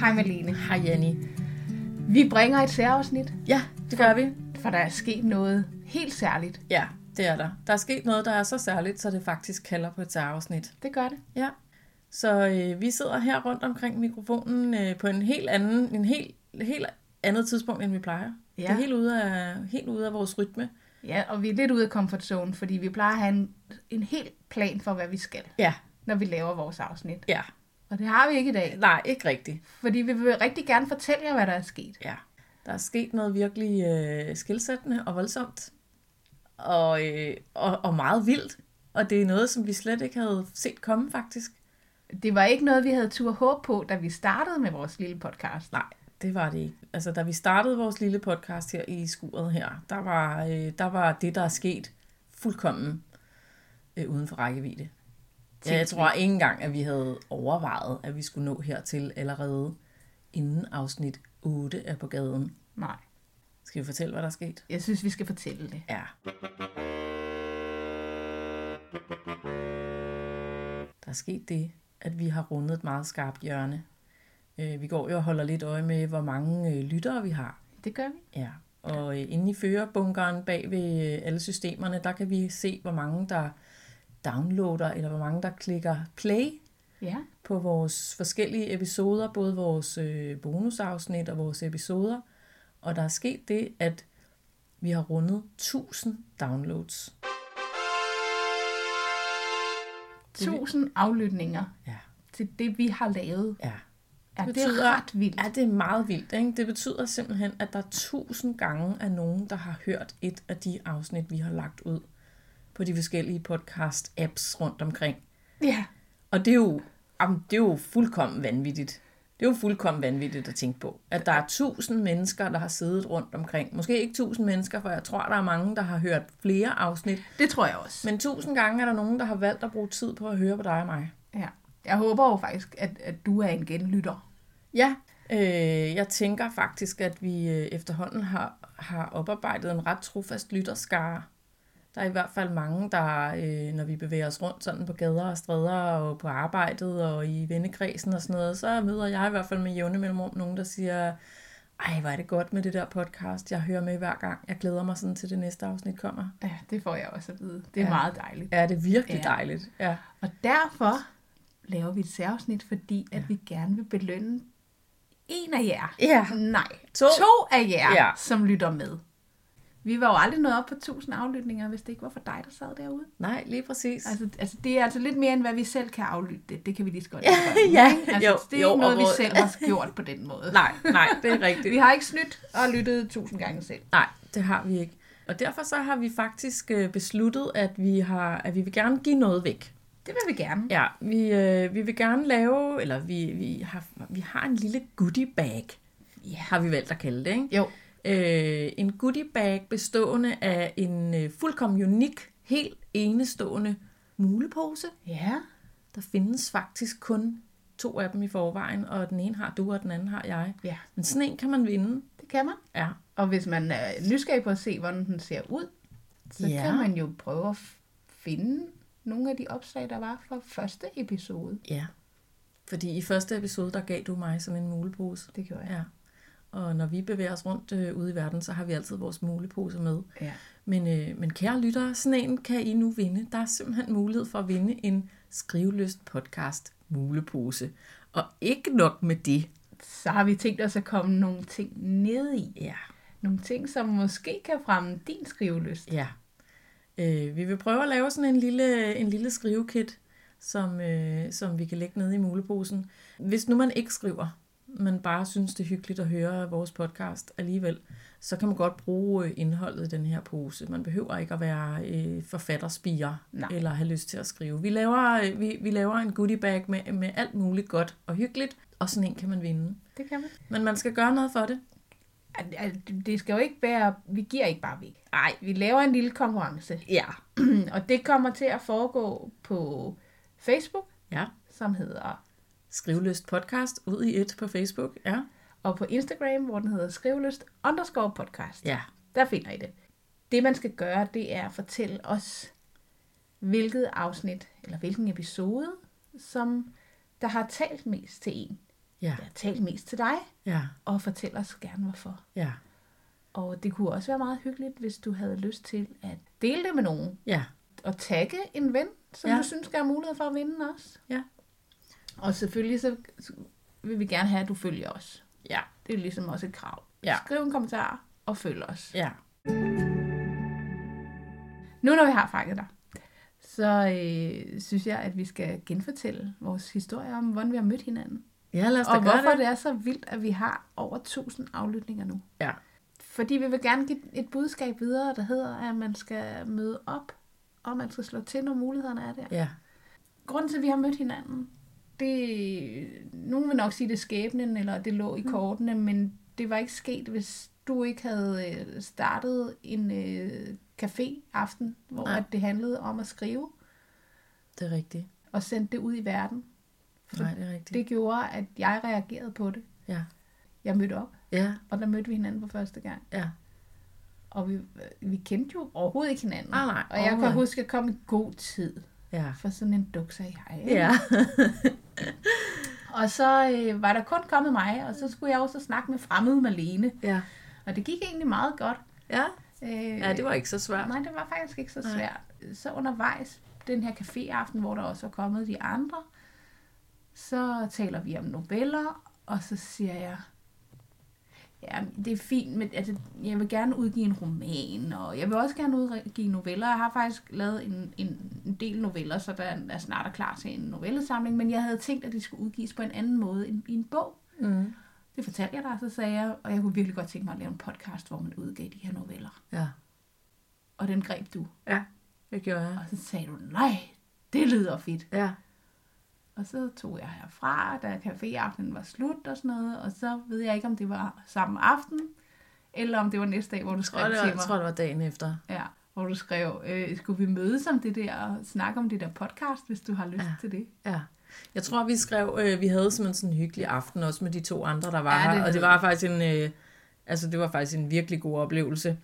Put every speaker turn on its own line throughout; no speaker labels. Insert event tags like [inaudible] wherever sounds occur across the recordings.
Hej Malene.
Hej Jenny.
Vi bringer et særafsnit,
Ja, det gør vi.
for der er sket noget helt særligt.
Ja, det er der. Der er sket noget, der er så særligt, så det faktisk kalder på et særafsnit.
Det gør det.
Ja. Så øh, vi sidder her rundt omkring mikrofonen øh, på en helt anden, en helt, helt andet tidspunkt, end vi plejer.
Ja.
Ja. Det er helt ude, af, helt ude af vores rytme.
Ja, og vi er lidt ude af comfort zone, fordi vi plejer at have en, en hel plan for, hvad vi skal,
Ja,
når vi laver vores afsnit.
ja.
Og det har vi ikke i dag,
Nej, ikke rigtigt.
fordi vi vil rigtig gerne fortælle jer, hvad der er sket.
Ja. Der er sket noget virkelig øh, skilsættende og voldsomt. Og, øh, og, og meget vildt. Og det er noget, som vi slet ikke havde set komme, faktisk.
Det var ikke noget, vi havde tur håb på, da vi startede med vores lille podcast.
Nej, det var det ikke. Altså, da vi startede vores lille podcast her i skuret her, der var, øh, der var det, der er sket fuldkommen øh, uden for rækkevidde. Ja, jeg tror ikke engang, at vi havde overvejet, at vi skulle nå hertil allerede inden afsnit 8 er på gaden.
Nej.
Skal vi fortælle, hvad der er sket?
Jeg synes, vi skal fortælle det.
Ja. Der er sket det, at vi har rundet et meget skarpt hjørne. Øh, Vi går jo og holder lidt øje med, hvor mange øh, lyttere vi har.
Det gør vi.
Ja, og øh, inde i førerbunkeren bag ved øh, alle systemerne, der kan vi se, hvor mange der downloader, eller hvor mange der klikker play
Ja.
på vores forskellige episoder, både vores øh, bonusafsnit og vores episoder. Og der er sket det, at vi har rundet 1000 downloads.
Tusind aflytninger
Ja,
til det, vi har lavet.
ja.
Ja, det er
betyder-
ret vildt.
Ja, det er meget vildt. Ikke? Det betyder simpelthen, at der er tusind gange er nogen, der har hørt et af de afsnit, vi har lagt ud på de forskellige podcast-apps rundt omkring.
Ja.
Og det er jo, jamen, det er jo fuldkommen vanvittigt. Det er jo fuldkommen vanvittigt at tænke på, at der er tusind mennesker, der har siddet rundt omkring. Måske ikke tusind mennesker, for jeg tror, der er mange, der har hørt flere afsnit.
Det tror jeg også.
Men tusind gange er der nogen, der har valgt at bruge tid på at høre på dig og mig.
Ja. Jeg håber jo faktisk, at, at du er en genlytter.
Ja, øh, jeg tænker faktisk, at vi øh, efterhånden har, har oparbejdet en ret trofast lytterskare. Der er i hvert fald mange, der, øh, når vi bevæger os rundt sådan på gader og stræder og på arbejdet og i vennekredsen og sådan noget, så møder jeg i hvert fald med jævne mellemrum nogen, der siger, ej, hvor er det godt med det der podcast, jeg hører med hver gang. Jeg glæder mig sådan til det næste afsnit kommer.
Ja, det får jeg også at vide. Det er ja. meget dejligt.
Ja, det er virkelig
Ja.
dejligt. Ja.
Og derfor laver vi et særafsnit, fordi at vi gerne vil belønne en af jer.
Ja.
Nej, to,
To.
to af jer, ja.
Ja.
som lytter med. Vi var jo aldrig nået op på 1000 aflytninger, hvis det ikke var for dig, der sad derude.
Nej, lige præcis.
Altså, altså det er altså lidt mere, end hvad vi selv kan aflytte det. Det kan vi lige så godt indrømme,
[laughs] ja.
ikke? altså,
Jo,
det er
jo,
ikke noget,
og
vi
hvor-
selv har gjort på den måde.
[laughs] Nej, nej, det er rigtigt.
Vi har ikke snydt og lyttet 1000 gange selv.
Nej, det har vi ikke. Og derfor så har vi faktisk øh, besluttet, at vi, har, at vi vil gerne give noget væk.
Det vil vi gerne.
Ja, vi, øh, vi vil gerne lave, eller vi, vi, har, vi har en lille goodie bag,
Ja.
har vi valgt at kalde det, ikke?
Jo,
Øh, en goodie bag bestående af en øh, fuldkommen unik, helt enestående mulepose.
Ja,
Der findes faktisk kun to af dem i forvejen, og den ene har du, og den anden har jeg.
ja,
Men sådan en kan man vinde,
det kan man.
ja.
Og hvis man er nysgerrig på at se, hvordan den ser ud, så ja.
Ja.
kan man jo prøve at f- finde nogle af de opslag, der var fra første episode.
Ja. Fordi i første episode, der gav du mig sådan en mulepose.
Det gjorde jeg.
Ja. Og når vi bevæger os rundt øh, ude i verden, så har vi altid vores muleposer med.
Ja.
Men, øh, men kære lyttere, sådan en kan I nu vinde. Der er simpelthen mulighed for at vinde en skriveløst podcast mulepose. Og ikke nok med det.
Så har vi tænkt os at komme nogle ting ned i.
Ja.
Nogle ting, som måske kan fremme din skrivelyst.
Ja. Øh, vi vil prøve at lave sådan en lille, en lille skrivekit, som, øh, som vi kan lægge nede i muleposen. Hvis nu man ikke skriver, men bare synes, det er hyggeligt at høre vores podcast alligevel, så kan man godt bruge øh, indholdet i den her pose. Man behøver ikke at være øh, forfatterspiger
Nej.
eller have lyst til at skrive. Vi laver, øh, vi, vi laver en goodie bag med, med alt muligt godt og hyggeligt, og sådan en kan man vinde.
Det kan man.
Men man skal gøre noget for det.
Al- al- Det skal jo ikke være, vi giver ikke bare væk.
Nej.
Vi laver en lille konkurrence, [clears throat]
Ja.
og det kommer til at foregå på Facebook,
Ja.
som hedder
Skrivløst podcast ud i et på Facebook. Ja.
og på Instagram, hvor den hedder skrivelyst underscore podcast.
Ja,
Der finder I det. Det, man skal gøre, det er at fortælle os, hvilket afsnit eller hvilken episode, som der har talt mest til en.
Ja,
Jeg har talt mest til dig,
ja,
og fortæl os gerne hvorfor.
ja,
Og det kunne også være meget hyggeligt, hvis du havde lyst til at dele det med nogen.
ja,
Og tagge en ven, som
Ja.
ja. du synes, der er mulighed for at vinde også.
Ja.
Og selvfølgelig så så vil vi gerne have, at du følger os.
ja,
Det er ligesom også et krav.
Ja.
Skriv en kommentar og følg os.
ja.
Nu når vi har fanget dig, så øh, synes jeg, at vi skal genfortælle vores historie om, hvordan vi har mødt hinanden.
Ja, lad os da
Og hvorfor
gøre
det.
det.
er så vildt, at vi har over 1000 aflytninger nu.
Ja,
Fordi vi vil gerne give et budskab videre, der hedder, at man skal møde op, og man skal slå til, når mulighederne er der.
ja,
Grunden til, at vi har mødt hinanden, det, nogen vil nok sige, det er skæbnen, eller det lå i
Mm.
kortene, men det var ikke sket, hvis du ikke havde øh, startet en øh, café-aften, hvor
Nej.
at det handlede om at skrive,
det er rigtigt.
og sendte det ud i verden.
Nej, det er rigtigt.
Det gjorde, at jeg reagerede på det.
Ja,
Jeg mødte op,
ja,
og der mødte vi hinanden for første gang.
ja,
Og vi, øh, vi kendte jo overhovedet ikke hinanden.
Ah, nej,
og jeg kan
overhovedet.
huske, at jeg kom i god tid.
ja.
For sådan en duk sagde jeg. ikke?
Ja,
Og så øh, var der kun kommet mig, og så skulle jeg også snakke med fremmede Malene.
ja,
Og det gik egentlig meget godt.
ja.
Øh,
Ja, det var ikke så svært.
Nej, det var faktisk ikke så
Nej.
svært. Så undervejs, den her caféaften, hvor der også er kommet de andre, så taler vi om noveller, og så siger jeg, ja, det er fint, men altså, jeg vil gerne udgive en roman, og jeg vil også gerne udgive noveller. Jeg har faktisk lavet en, en, en del noveller, så der er snart er klar til en novellesamling, men jeg havde tænkt, at de skulle udgives på en anden måde end i en bog.
Mm.
Det fortalte jeg dig, og så sagde jeg, og jeg kunne virkelig godt tænke mig at lave en podcast, hvor man udgav de her noveller.
Ja,
Og den greb du.
ja, det gjorde jeg.
Og så sagde du, nej, det lyder fedt.
Ja,
Og så tog jeg herfra, da caféaftenen var slut og sådan noget, og så ved jeg ikke, om det var samme aften, eller om det var næste dag, hvor du
tror,
skrev
det var,
til
jeg
mig.
tror, det var dagen efter.
Ja, hvor du skrev, øh, skulle vi mødes om det der, og snakke om det der podcast, hvis du har lyst
Ja.
ja. til det.
Ja. Jeg tror, vi skrev, øh, vi havde simpelthen sådan en hyggelig aften også med de to andre, der var
Ja, det
ja, her, og
havde
det var faktisk en, øh, altså det var faktisk en virkelig god oplevelse.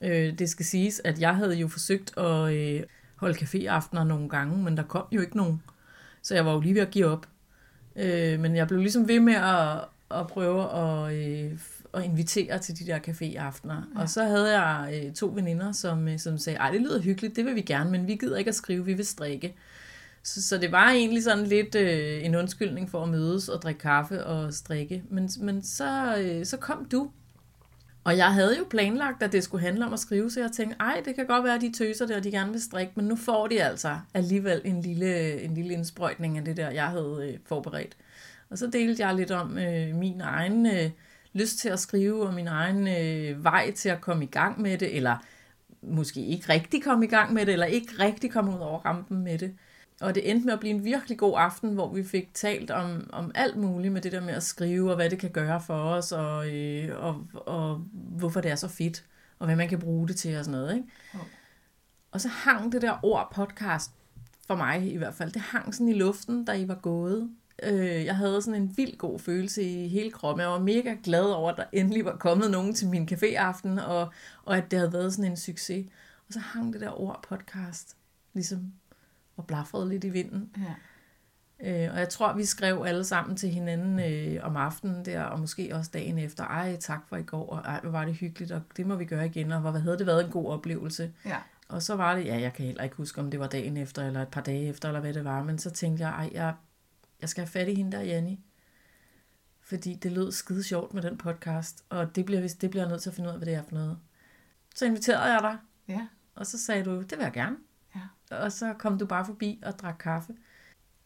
Øh, det skal siges, at jeg havde jo forsøgt at øh, holde caféaftener nogle gange, men der kom jo ikke nogen, så jeg var jo lige ved at give op. Øh, men jeg blev ligesom ved med at, at prøve at, øh, f- at invitere til de der caféaftener. Ja. Og så havde jeg øh, to veninder, som, øh, som sagde, ej, det lyder hyggeligt, det vil vi gerne, men vi gider ikke at skrive, vi vil strikke. Så, så det var egentlig sådan lidt øh, en undskyldning for at mødes og drikke kaffe og strikke. Men, men så, øh, så kom du. Og jeg havde jo planlagt, at det skulle handle om at skrive, så jeg tænkte, ej, det kan godt være, at de tøser det, og de gerne vil strikke, men nu får de altså alligevel en lille, en lille indsprøjtning af det der, jeg havde øh, forberedt. Og så delte jeg lidt om øh, min egen øh, lyst til at skrive, og min egen øh, vej til at komme i gang med det, eller måske ikke rigtig komme i gang med det, eller ikke rigtig komme ud over rampen med det. Og det endte med at blive en virkelig god aften, hvor vi fik talt om, om alt muligt med det der med at skrive, og hvad det kan gøre for os, og, øh, og, og hvorfor det er så fedt, og hvad man kan bruge det til og sådan noget. Ikke?
Jo.
Og så hang det der ord podcast, for mig i hvert fald, det hang sådan i luften, da I var gået. Øh, jeg havde sådan en vild god følelse i hele kroppen. Jeg var mega glad over, at der endelig var kommet nogen til min caféaften, og, og at det havde været sådan en succes. Og så hang det der ord podcast, ligesom og blafrede lidt i vinden.
Ja.
Øh, og jeg tror, vi skrev alle sammen til hinanden øh, om aftenen der, og måske også dagen efter, ej, tak for i går, og ej, hvor var det hyggeligt, og det må vi gøre igen, og hvor hvad havde det været en god oplevelse.
ja.
Og så var det, ja, jeg kan heller ikke huske, om det var dagen efter, eller et par dage efter, eller hvad det var, men så tænkte jeg, ej, jeg, jeg skal have fat i hende der, Janni. Fordi det lød skide sjovt med den podcast, og det bliver, vist- det bliver jeg nødt til at finde ud af, hvad det er for noget. Så inviterede jeg dig,
Ja.
og så sagde du, det vil jeg gerne.
Ja.
Og så kom du bare forbi og drak kaffe.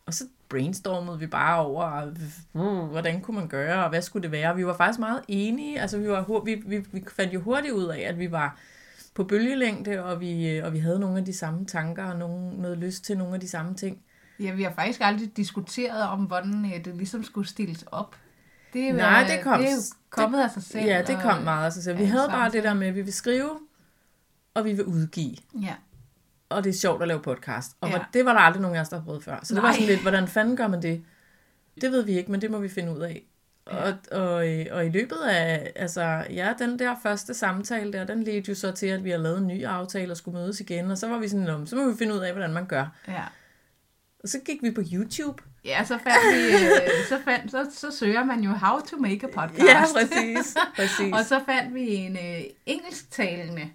Og så brainstormede vi bare over, uh, hvordan kunne man gøre, og hvad skulle det være. Vi var faktisk meget enige. Altså, vi, var, hu- vi, vi, vi fandt jo hurtigt ud af, at vi var på bølgelængde, og vi, øh, og vi havde nogle af de samme tanker, og nogle, noget lyst til nogle af de samme ting.
ja, vi har faktisk aldrig diskuteret om, hvordan øh, det ligesom skulle stilles op. Det, er-
Nej, det kom-
det er jo kommet af sig selv.
ja, det
og-
kom meget af sig selv. Vi
ja,
havde
samme
bare det der med, at vi vil skrive, og vi vil udgive.
Ja.
og det er sjovt at lave podcast. Og
Ja.
ja. det var der aldrig nogen af os, der har prøvet før. Så det var
Nej.
sådan lidt, hvordan fanden gør man det? Det ved vi ikke, men det må vi finde ud af. Og, og, øh, og i løbet af, altså ja, den der første samtale der, den ledte jo så til, at vi har lavet en ny aftale og skulle mødes igen. Og så var vi sådan, "Nå, men så må vi finde ud af, hvordan man gør.
Ja.
Og så gik vi på YouTube.
Ja, så fandt vi, øh, så, fandt, så, så søger man jo How to make a podcast.
Ja, præcis. præcis.
[laughs] Og så fandt vi en øh, engelsktalende,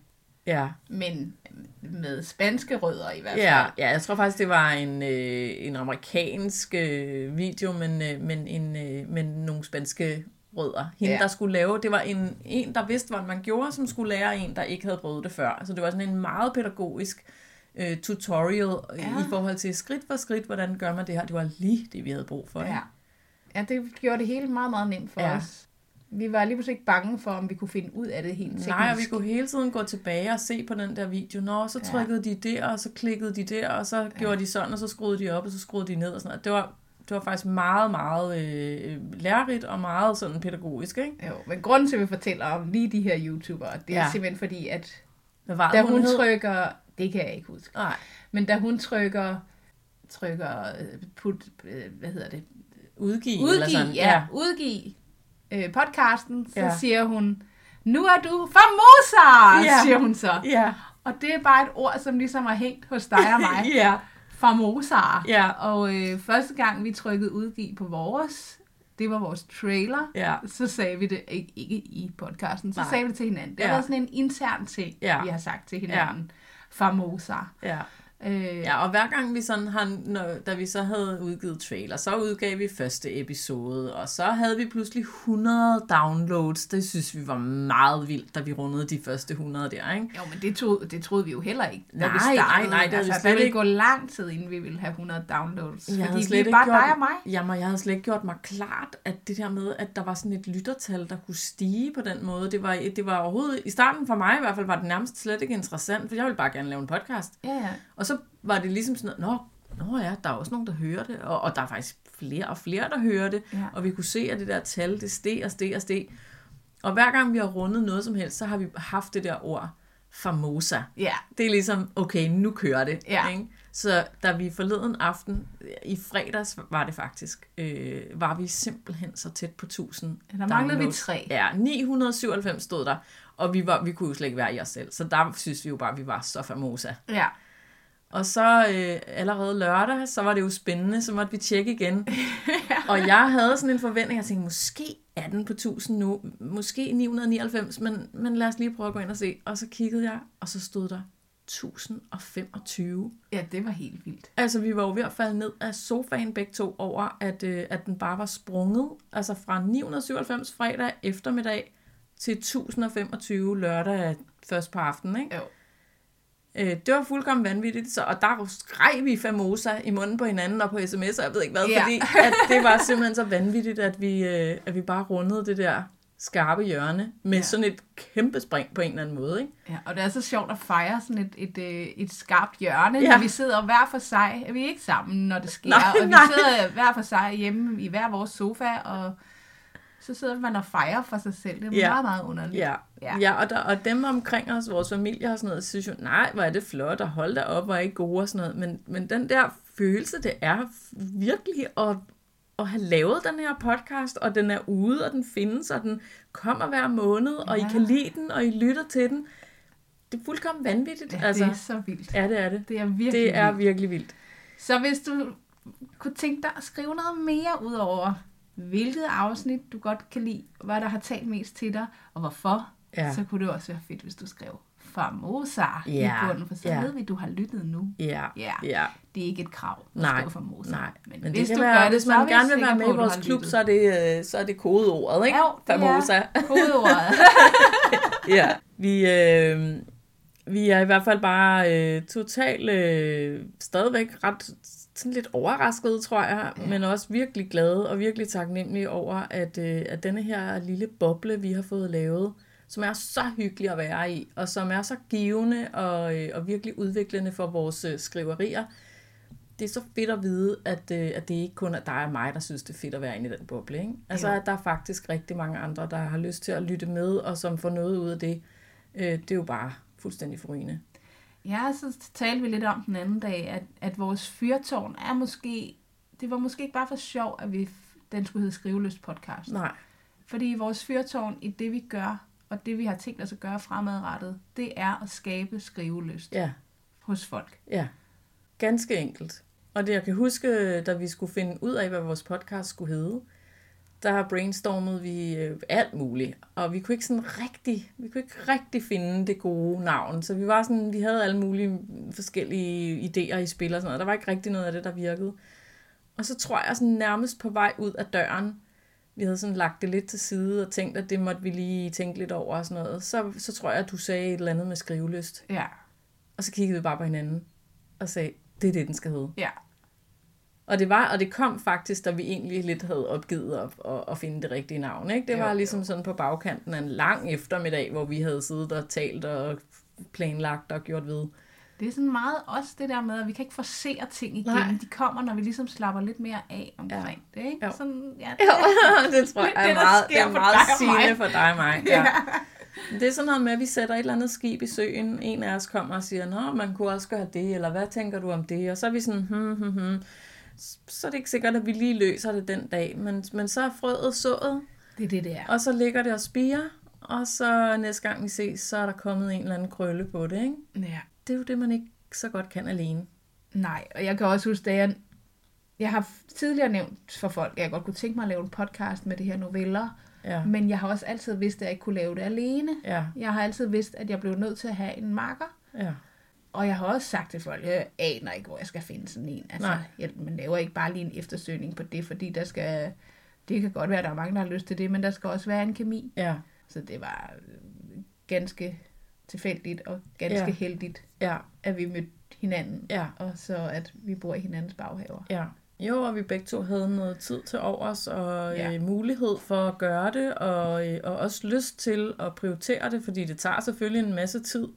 ja.
men med spanske rødder i hvert fald.
Ja, ja, jeg tror faktisk, det var en, øh, en amerikansk øh, video, men, øh, men, en, øh, men nogle spanske rødder. Hende,
Ja.
ja. der skulle lave, det var en, en, der vidste, hvad man gjorde, som skulle lære en, der ikke havde prøvet det før. Så det var sådan en meget pædagogisk øh, tutorial
Ja.
ja. i forhold til skridt for skridt, hvordan gør man det her. Det var lige det, vi havde brug for. ikke?
Ja. ja, det gjorde det hele meget, meget nemt for ja.
Ja.
os. Vi var lige pludselig ikke bange for, om vi kunne finde ud af det helt teknisk.
Nej, og vi kunne hele tiden gå tilbage og se på den der video. Nå, så
Ja.
trykkede ja. de der, og så klikkede de der, og så ja. gjorde de sådan, og så skruede de op, og så skruede de ned og sådan noget. Det var, det var faktisk meget, meget øh, lærerigt og meget sådan pædagogisk, ikke?
Jo, men grunden til, at vi fortæller om lige de her YouTubere, det er ja.
Ja.
simpelthen fordi, at
Hvad var
da
det,
hun
hed?
trykker... Det kan jeg ikke huske.
Nej,
Men da hun trykker... Trykker... øh, Put, øh, hvad hedder det?
udgiv, eller
Udgiv,
sådan.
ja. Udgiv øh, podcasten. Så ja.
Ja.
siger hun... Nu er du famosa, ja.
Ja.
siger hun så.
Ja.
Og det er bare et ord, som ligesom har hængt hos dig og
[laughs]
mig.
ja.
Famosa.
Ja.
Og øh, første gang, vi trykkede udgiv på vores, det var vores trailer.
Ja.
Så sagde vi det, ikke, ikke i podcasten, så Nej.
Nej.
sagde vi det til hinanden. Det har
Ja.
været sådan en intern ting,
Ja.
vi har sagt til hinanden. Famosa.
ja.
Øh,
Ja, og hver gang vi sådan har, når, da vi så havde udgivet trailer, så udgav vi første episode, og så havde vi pludselig 100 downloads. Det synes vi var meget vildt, da vi rundede de første 100 der, ikke?
Jo, men det, tog, det troede vi jo heller ikke, da vi
Nej,
startede.
nej, nej, det havde vi
altså,
slet
ville
ikke.
gå lang tid, inden vi ville have 100 downloads.
Jeg
fordi
havde
vi
slet
er
ikke
bare
gjort,
dig og mig.
Jamen, jeg havde slet ikke gjort mig klart, at det der med, at der var sådan et lyttertal, der kunne stige på den måde, det var, det var overhovedet, i starten for mig i hvert fald, var det nærmest slet ikke interessant, for jeg ville bare gerne lave en podcast.
Ja, ja.
Og så var det ligesom sådan noget, nå, nå ja, der er også nogen, der hører det, og, og der er faktisk flere og flere, der hører det,
Ja.
og vi kunne se, at det der tal, det steg og steg og steg. Og hver gang vi har rundet noget som helst, så har vi haft det der ord, famosa.
Ja,
Det er ligesom, okay, nu kører det.
Ja.
Ikke? Så da vi forleden aften, i fredags var det faktisk, øh, var vi simpelthen så tæt på 1000.
Ja, der manglede vi
downloads.
tre.
Ja, 997 stod der, og vi, var, vi kunne jo slet ikke være i os selv. Så der synes vi jo bare, at vi var så famosa.
ja.
Og så øh, allerede lørdag, så var det jo spændende, så måtte vi tjekke igen. og jeg havde sådan en forventning, jeg tænkte, måske er den på 1000 nu, måske 999, men, men lad os lige prøve at gå ind og se. Og så kiggede jeg, og så stod der 1025.
ja, det var helt vildt.
Altså, vi var jo ved at falde ned af sofaen begge to over, at, øh, at den bare var sprunget, altså fra 997 fredag eftermiddag til 1025 lørdag øh, først på aftenen, ikke?
Jo.
Øh, det var fuldkommen vanvittigt, så, og der skreg vi famosa i munden på hinanden og på sms'er, jeg ved ikke hvad,
Ja.
ja. fordi at det var simpelthen så vanvittigt, at vi, øh, at vi bare rundede det der skarpe hjørne med
Ja.
ja. sådan et kæmpe spring på en eller anden måde. Ikke?
Ja, og det er så sjovt at fejre sådan et, et, øh, et skarpt hjørne, ja.
Ja.
når vi sidder hver for sig. Vi er ikke sammen, når det sker,
Nej,
og vi
nej.
sidder hver for sig hjemme i hver vores sofa, og så sidder man og fejrer for sig selv. Det er ja.
Ja.
meget, meget underligt.
Ja,
Ja.
ja. ja og, der, og dem omkring os, vores familie og sådan noget, synes jo, nej, hvor er det flot, og hold da op, hvor er I gode og sådan noget. Men, men den der følelse, det er virkelig at, at have lavet den her podcast, og den er ude, og den findes, og den kommer hver måned, og I
Ja.
kan lide den, og I lytter til den. Det er fuldkommen vanvittigt.
Ja,
Ja, altså.
det er så vildt.
ja det er det.
Det er virkelig
Det er
vildt.
virkelig vildt.
Så hvis du kunne tænke dig at skrive noget mere ud over, hvilket afsnit du godt kan lide, hvad der har talt mest til dig, og hvorfor, ja.
Ja.
så kunne det også være fedt, hvis du skrev Famosa
Ja,
i bunden, for så
ja.
ved vi, du har lyttet nu.
Ja,
Ja.
ja.
Det er ikke et krav at
Nej,
skrive Famosa.
Nej,
men,
men
hvis
det
du
kan være,
gør det,
hvis
så er
man
vi
gerne vil
sikre
være med
på,
i
at du
vores
har
klub,
lyttet.
så er det, øh, så er det kodeordet, ikke?
Jo, det er [laughs]
Famosa.
kodeordet.
[laughs] ja. Vi, øh, vi er i hvert fald bare øh, totalt øh, stadigvæk ret sådan lidt overrasket, tror jeg, ja. men også virkelig glade og virkelig taknemmelige over, at, øh, at denne her lille boble, vi har fået lavet, som er så hyggelig at være i, og som er så givende og, øh, og virkelig udviklende for vores øh, skriverier. Det er så fedt at vide, at, øh, at det ikke kun er dig og mig, der synes, det er fedt at være inde i den boble. Ikke? Altså,
Jo.
at der er faktisk rigtig mange andre, der har lyst til at lytte med, og som får noget ud af det. Øh, det er jo bare fuldstændig forrygende.
Ja, så talte vi lidt om den anden dag, at, at vores fyrtårn er måske... Det var måske ikke bare for sjov, at vi, f- den skulle hedde Skriveløst Podcast.
Nej,
Fordi vores fyrtårn i det, vi gør, og det, vi har tænkt os at gøre fremadrettet, det er at skabe skrivelyst
ja,
hos folk.
ja. Ganske enkelt. Og det, jeg kan huske, da vi skulle finde ud af, hvad vores podcast skulle hedde, der brainstormede vi øh, alt muligt, og vi kunne ikke sådan rigtig, vi kunne ikke rigtig finde det gode navn, så vi var sådan, vi havde alle mulige forskellige idéer i spil og sådan noget, der var ikke rigtig noget af det, der virkede. Og så tror jeg sådan nærmest på vej ud af døren, vi havde sådan lagt det lidt til side og tænkt, at det måtte vi lige tænke lidt over og sådan noget, så, så tror jeg, at du sagde et eller andet med skrivelyst,
Ja,
og så kiggede vi bare på hinanden og sagde, det er det, den skal hedde.
ja.
Og det, var, og det kom faktisk, da vi egentlig lidt havde opgivet at, at, at finde det rigtige navn. Ikke? Det
Jo,
var ligesom
jo.
sådan på bagkanten af en lang eftermiddag, hvor vi havde siddet og talt og planlagt og gjort ved.
Det er sådan meget også det der med, at vi kan ikke forsere ting igen.
Nej.
Nej. De kommer, når vi ligesom slapper lidt mere af omkring ja. det. Ikke?
Jo.
Sådan, ja, det,
Jo, [laughs] det tror jeg
Det er
er
det, der
meget,
sker
det er
for
meget
dig og
sigende
mig.
for dig og mig. Ja.
Ja.
Det er sådan noget med, at vi sætter et eller andet skib i søen. En af os kommer og siger, Nå, man kunne også gøre det, eller hvad tænker du om det? Og så er vi sådan, hmm, hmm, hmm. S- Så er det ikke sikkert, at vi lige løser det den dag. Men, men så er frøet sået,
det er det, det er.
Og så ligger det og spiger, og så næste gang vi ses, så er der kommet en eller anden krølle på det, ikke?
Ja.
Det er jo det, man ikke så godt kan alene.
Nej, og jeg kan også huske, da jeg... Jeg har tidligere nævnt for folk, at jeg godt kunne tænke mig at lave en podcast med det her noveller,
Ja,
men jeg har også altid vidst, at jeg ikke kunne lave det alene.
ja,
Jeg har altid vidst, at jeg blev nødt til at have en marker,
ja.
og jeg har også sagt til folk, at jeg aner ikke, hvor jeg skal finde sådan en. Altså,
Nej.
jeg, man laver ikke bare lige en eftersøgning på det, fordi der skal... Det kan godt være, at der er mange, der har lyst til det, men der skal også være en kemi.
Ja,
Så det var øh, ganske tilfældigt og ganske
Ja.
ja. heldigt,
ja,
at vi mødte hinanden,
ja,
og så at vi bor i hinandens baghaver.
ja. Jo, og vi begge to havde noget tid til overs, og ja.
Ja.
øh, mulighed for at gøre det, og, øh, og også lyst til at prioritere det, fordi det tager selvfølgelig en masse tid.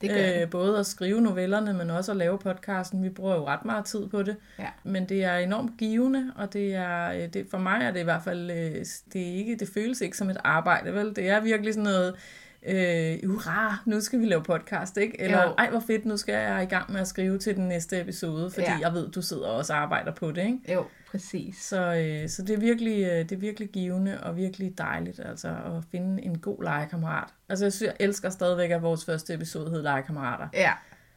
Det gør øh,
øh, både at skrive novellerne, men også at lave podcasten. Vi bruger jo ret meget tid på det.
Ja.
Men det er enormt givende, og det er, øh, det, for mig er det i hvert fald, øh, det, er ikke, det føles ikke som et arbejde, vel? Det er virkelig sådan noget, øh, hurra, nu skal vi lave podcast, ikke? Eller,
Jo.
ej hvor fedt, nu skal jeg i gang med at skrive til den næste episode, fordi
Ja.
jeg ved, du sidder og også og arbejder på det, ikke?
Jo, præcis.
Så, øh, så det, er virkelig, øh, det er virkelig givende og virkelig dejligt altså, at finde en god legekammerat. Altså jeg, synes, jeg elsker stadigvæk, at vores første episode hed Legekammerater.
Ja,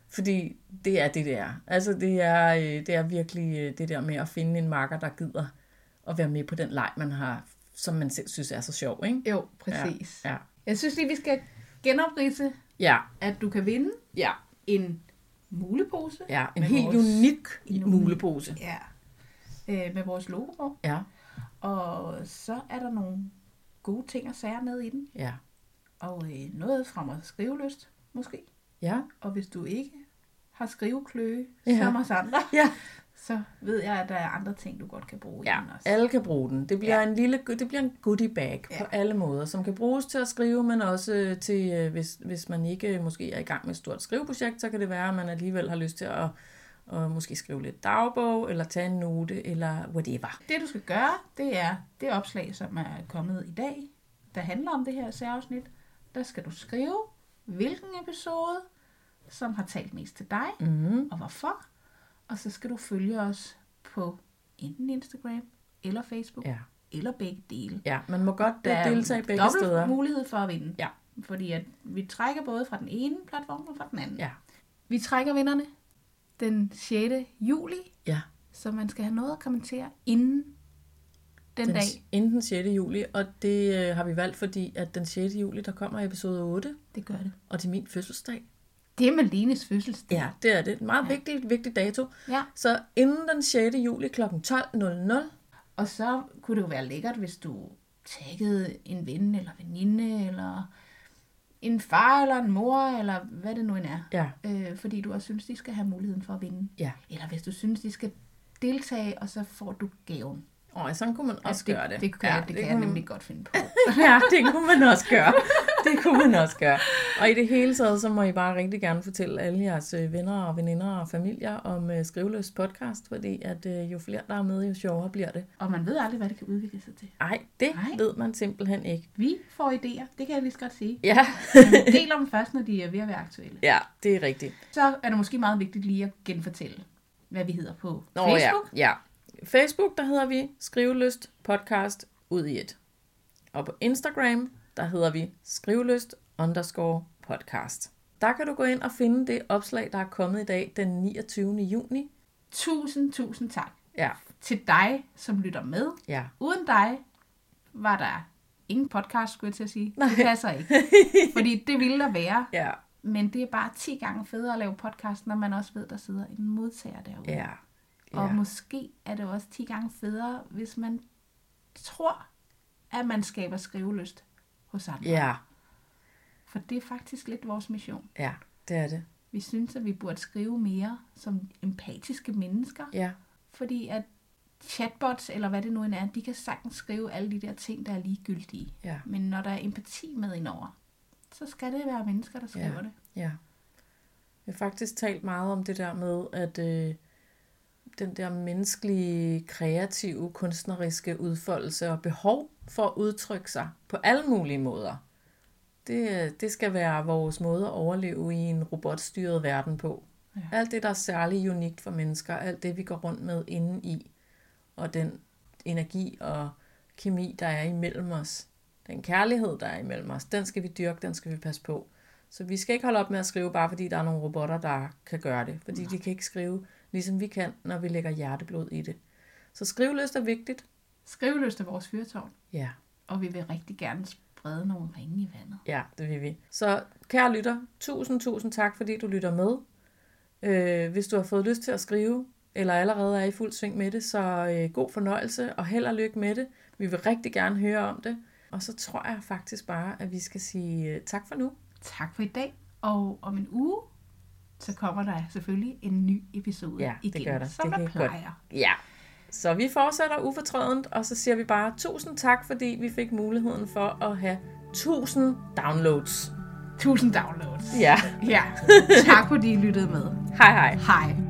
Fordi det er det, det er. Altså, det er, øh, det er virkelig øh, det der med at finde en marker, der gider at være med på den leg, man har, som man selv synes er så sjov, ikke?
jo, præcis. Ja.
Ja.
Jeg synes lige, vi skal genoprise,
Ja.
at du kan vinde
Ja.
en mulepose.
ja. En
Men
helt
vores-
unik
en unik-
mulepose.
Ja. Øh, med vores logo på.
Ja.
Og så er der nogle gode ting og sager med i den.
Ja.
Og øh, noget fra mig skriveløst, måske.
Ja.
Og hvis du ikke har skrivekløe,
Ja.
ja. som os andre,
Ja.
så ved jeg, at der er andre ting, du godt kan bruge i
Ja,
den også.
alle kan bruge den. Det bliver ja. en lille, det bliver en goodie bag ja. på
Ja.
alle måder, som kan bruges til at skrive, men også øh, til, øh, hvis, hvis man ikke øh, måske er i gang med et stort skriveprojekt, så kan det være, at man alligevel har lyst til at, at måske skrive lidt dagbog, eller tage en note, eller whatever.
Det du skal gøre, det er det opslag, som er kommet i dag, der handler om det her særafsnit. Der skal du skrive, hvilken episode, som har talt mest til dig,
Mm-hmm.
og hvorfor. Og så skal du følge os på enten Instagram eller Facebook,
Ja.
eller begge dele.
ja, man må godt øh, deltage begge
dobbelt
steder.
mulighed for at vinde.
Ja.
Fordi at vi trækker både fra den ene platform og fra den anden.
Ja.
Vi trækker vinderne den 6. juli,
Ja,
så man skal have noget at kommentere inden den, den dag.
inden den 6. juli, og det øh, har vi valgt, fordi at den 6. juli, der kommer episode 8,
Det gør det.
og det er min fødselsdag.
Det er Malines fødselsdag.
Ja, det er det. En meget ja. vigtig, vigtig dato.
ja.
Så inden den 6. juli kl. 12.00,
Og så kunne det jo være lækkert, hvis du taggede en ven eller veninde, eller en far eller en mor, eller hvad det nu end er.
ja,
Øh, fordi du også synes, de skal have muligheden for at vinde.
ja.
Eller hvis du synes, de skal deltage, og så får du gaven.
Og sådan kunne man også
det,
gøre det.
Det, kan, ja, det, det kan jeg nemlig godt finde på.
[laughs] Ja, det kunne man også gøre. [laughs] Det kunne man også gøre. Og i det hele taget, så må I bare rigtig gerne fortælle alle jeres øh, venner og veninder og familier om uh, Skriveløs podcast, fordi at uh, jo flere der er med, jo sjovere bliver det.
[laughs] Og man ved aldrig, hvad det kan udvikle sig til.
Ej, det
Nej.
ved man simpelthen ikke.
Vi får idéer, det kan jeg lige så godt [laughs] sige.
[laughs] Ja.
Man deler dem først, når de er ved at være aktuelle.
ja, det er rigtigt.
Så er det måske meget vigtigt lige at genfortælle, hvad vi hedder på Facebook.
Ja, ja. Facebook, der hedder vi Skriveløst Podcast ud i et. Og på Instagram, der hedder vi Skriveløst underscore podcast. Der kan du gå ind og finde det opslag, der er kommet i dag den 29. juni.
Tusind, tusind tak
Ja,
til dig, som lytter med.
ja. [laughs]
Uden dig var der ingen podcast, skulle jeg til at sige. Nej. Det
Nej.
passer ikke. Fordi det ville der være.
ja,
Men det er bare 10 gange federe at lave podcast, når man også ved, der sidder en modtager derude.
ja.
Og
ja.
måske er det også 10 gange federe, hvis man tror, at man skaber skrivelyst hos andre.
Ja,
For det er faktisk lidt vores mission.
ja, det er det.
Vi synes, at vi burde skrive mere som empatiske mennesker,
Ja,
fordi at chatbots, eller hvad det nu end er, de kan sagtens skrive alle de der ting, der er ligegyldige.
ja,
Men når der er empati med indover, så skal det være mennesker, der skriver det.
ja. Vi har faktisk talt meget om det der med, at øh, den der menneskelige, kreative, kunstneriske udfoldelse og behov for at udtrykke sig på alle mulige måder. Det, det skal være vores måde at overleve i en robotstyret verden på.
Ja.
Ja. Alt det, der er særligt unikt for mennesker, alt det, vi går rundt med inden i, og den energi og kemi, der er imellem os, den kærlighed, der er imellem os, den skal vi dyrke, den skal vi passe på. Så vi skal ikke holde op med at skrive, bare fordi der er nogle robotter, der kan gøre det. Fordi de kan ikke skrive, ligesom vi kan, når vi lægger hjerteblod i det. Så skriveløst er vigtigt.
Skrivelyst er vores fyrtårn,
Ja.
og vi vil rigtig gerne sprede nogle ringe i vandet.
Ja, det vil vi. Så kære lytter, tusind, tusind tak, fordi du lytter med. Øh, hvis du har fået lyst til at skrive, eller allerede er i fuld sving med det, så øh, god fornøjelse og held og lykke med det. Vi vil rigtig gerne høre om det. Og så tror jeg faktisk bare, at vi skal sige øh, tak for nu.
Tak for i dag, og om en uge, så kommer der selvfølgelig en ny episode
Ja, det
igen,
gør der.
som
Det
det der
kan jeg godt.
plejer.
Ja. Så vi fortsætter ufortrødent, og så siger vi bare tusind tak, fordi vi fik muligheden for at have 1000 downloads.
Tusind downloads.
Ja,
ja. Tak fordi I lyttede med.
[laughs] hej hej.
Hej.